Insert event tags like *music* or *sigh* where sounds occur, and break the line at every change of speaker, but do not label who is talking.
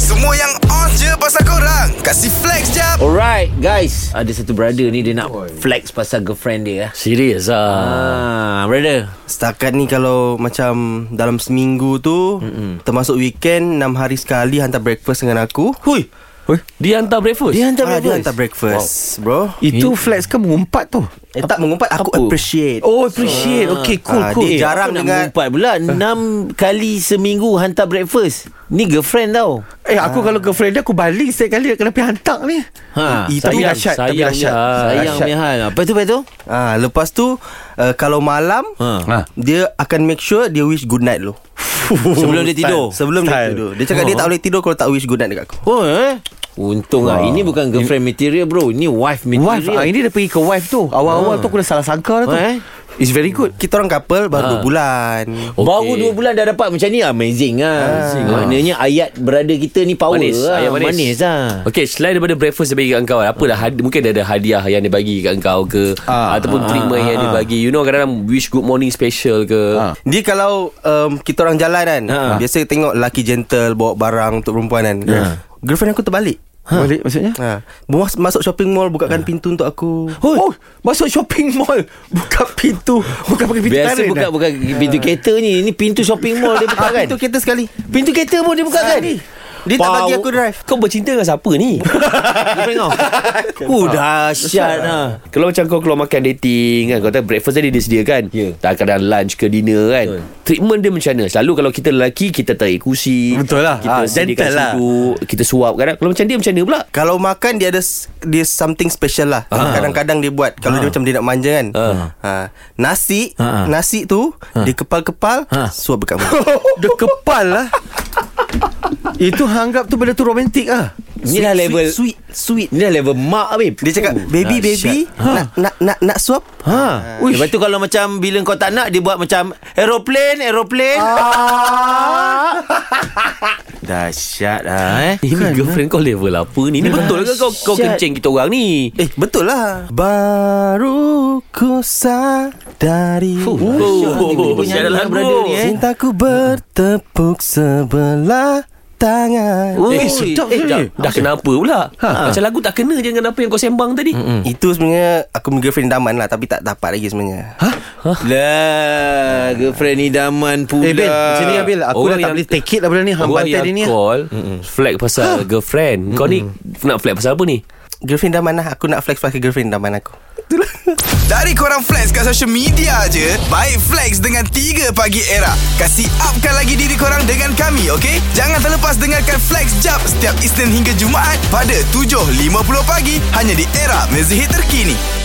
Semua yang on je pasal korang Kasih flex jap
Alright guys Ada satu brother ni Dia nak flex pasal girlfriend dia ya.
Serius
Ah,
ah.
Brother
Setakat ni kalau macam dalam seminggu tu Mm-mm. termasuk weekend 6 hari sekali hantar breakfast dengan aku. Hui.
Dia hantar breakfast.
Dia hantar
Ah, dia
breakfast
hantar breakfast, wow. bro.
Itu flex ke mengumpat tu
Eh, tak mengumpat aku
Apa?
appreciate.
Oh appreciate Okay cool
Ah,
cool
dia
dia,
jarang Ah.
Aku nak
dengan
mengumpat pula Enam kali seminggu Hantar breakfast Ni girlfriend tau
Eh aku kalau girlfriend dia Aku balik setiap kali Kenapa dia hantar ni
Ha
Itu
sayang,
dahsyat Tapi
sayang
dahsyat
dia.
Sayang punya hal Lepas tu Lepas tu
Ah, lepas tu uh, kalau malam
ha.
Ha.
dia akan make sure dia wish good night lo.
Sebelum dia tidur
Sebelum dia
Style.
tidur. Dia cakap dia tak boleh tidur kalau tak wish good night dekat aku.
Oh eh Untung lah Ini bukan girlfriend material bro Ini wife material
Wife ah, Ini dia pergi ke wife tu Awal-awal tu aku dah salah sangka lah tu
Eh?
It's very good
Kita orang couple baru 2 bulan.
Okay. Baru dua bulan dah dapat macam ni Amazing
Ah.
lah Amazing Maknanya ayat berada kita ni power
Manis,
lah
ayat manis.
manis lah
Okey, selain daripada breakfast dia bagi kat kau, apalah had- mungkin dia ada hadiah yang dia bagi kat kau ke
Ah,
ataupun treatment yang dia bagi. You know kadang-kadang wish good morning special ke.
Ah.
Dia kalau um, kita orang jalan kan
Ha.
Biasa tengok lelaki gentle Bawa barang untuk perempuan kan
Ya.
Girlfriend aku terbalik
ha. Balik maksudnya
Ha. Mas- Masuk shopping mall
Ya.
Bukakan pintu untuk aku
Oh, masuk shopping mall Buka pintu Bukan pakai pintu
Biasa
tarik
buka
dah.
bukan pintu kereta ni Ini pintu shopping mall dia buka
eh? Ah,
kan
Pintu kereta sekali
Pintu kereta pun dia buka kan
Dia tak bagi
Power-
aku drive
Kau bercinta dengan siapa
*laughs*
ni?
Girlfriend kau Oh dahsyat lah
Kalau macam kau keluar makan dating kan Kau tahu breakfast dia disediakan
Ya.
Tak kadang lunch ke dinner kan
Betul.
Treatment dia macam mana Selalu kalau kita lelaki Kita tarik kursi
Betul lah. Ah,
Kita sediakan
gentle lah.
sejuk Kita suap kadang Kalau macam dia macam mana pula
Kalau makan dia ada s- Dia something special lah
Ha.
Kadang-kadang dia buat Kalau dia macam dia nak manja kan ha. Nasi
Ah.
Nasi tu Dia kepal-kepal
Ha.
Suap
*laughs*
dekat mulut
Dia kepal lah Itu hanggap tu benda tu romantik ah.
Ni dah level
Sweet Sweet, sweet.
Ni dah level mak babe
Dia cakap Baby baby nak, nak, nak, nak suap
Ha. Lepas tu kalau macam bila kau tak nak dia buat macam aeroplane, aeroplane. Ah. *laughs* Dahsyat lah eh.
Ini girlfriend kau level apa ni Ni betul ke kau, kau
Dahsyat.
kencing kita orang ni
Eh betul lah Baru ku sadari
Oh, siapa lagu
brother ni eh.
Cintaku bertepuk sebelah tangan
Ui,
Eh, sedap
sekejap.
eh, sekejap. Dah kenapa pula ha. Macam lagu tak kena je Dengan apa yang kau sembang tadi
Mm. Itu sebenarnya Aku punya girlfriend daman lah Tapi tak dapat lagi sebenarnya ha?
Lah, girlfriend ni daman pula.
Eh Ben, macam ni Abil Aku
Orang
dah tak
yang-
boleh take it lah benda ni Hang
Orang
bantai
yang
dia ni ah.
call Flag pasal girlfriend Kau ni Nak flag pasal apa ni
Girlfriend daman lah Aku nak flex pakai girlfriend daman aku
Dari korang flex kat social media je Baik flex dengan 3 pagi era Kasih upkan lagi diri korang dengan kami okay? Jangan terlepas dengarkan flex jap Setiap Isnin hingga Jumaat Pada 7.50 pagi Hanya di era mezihit terkini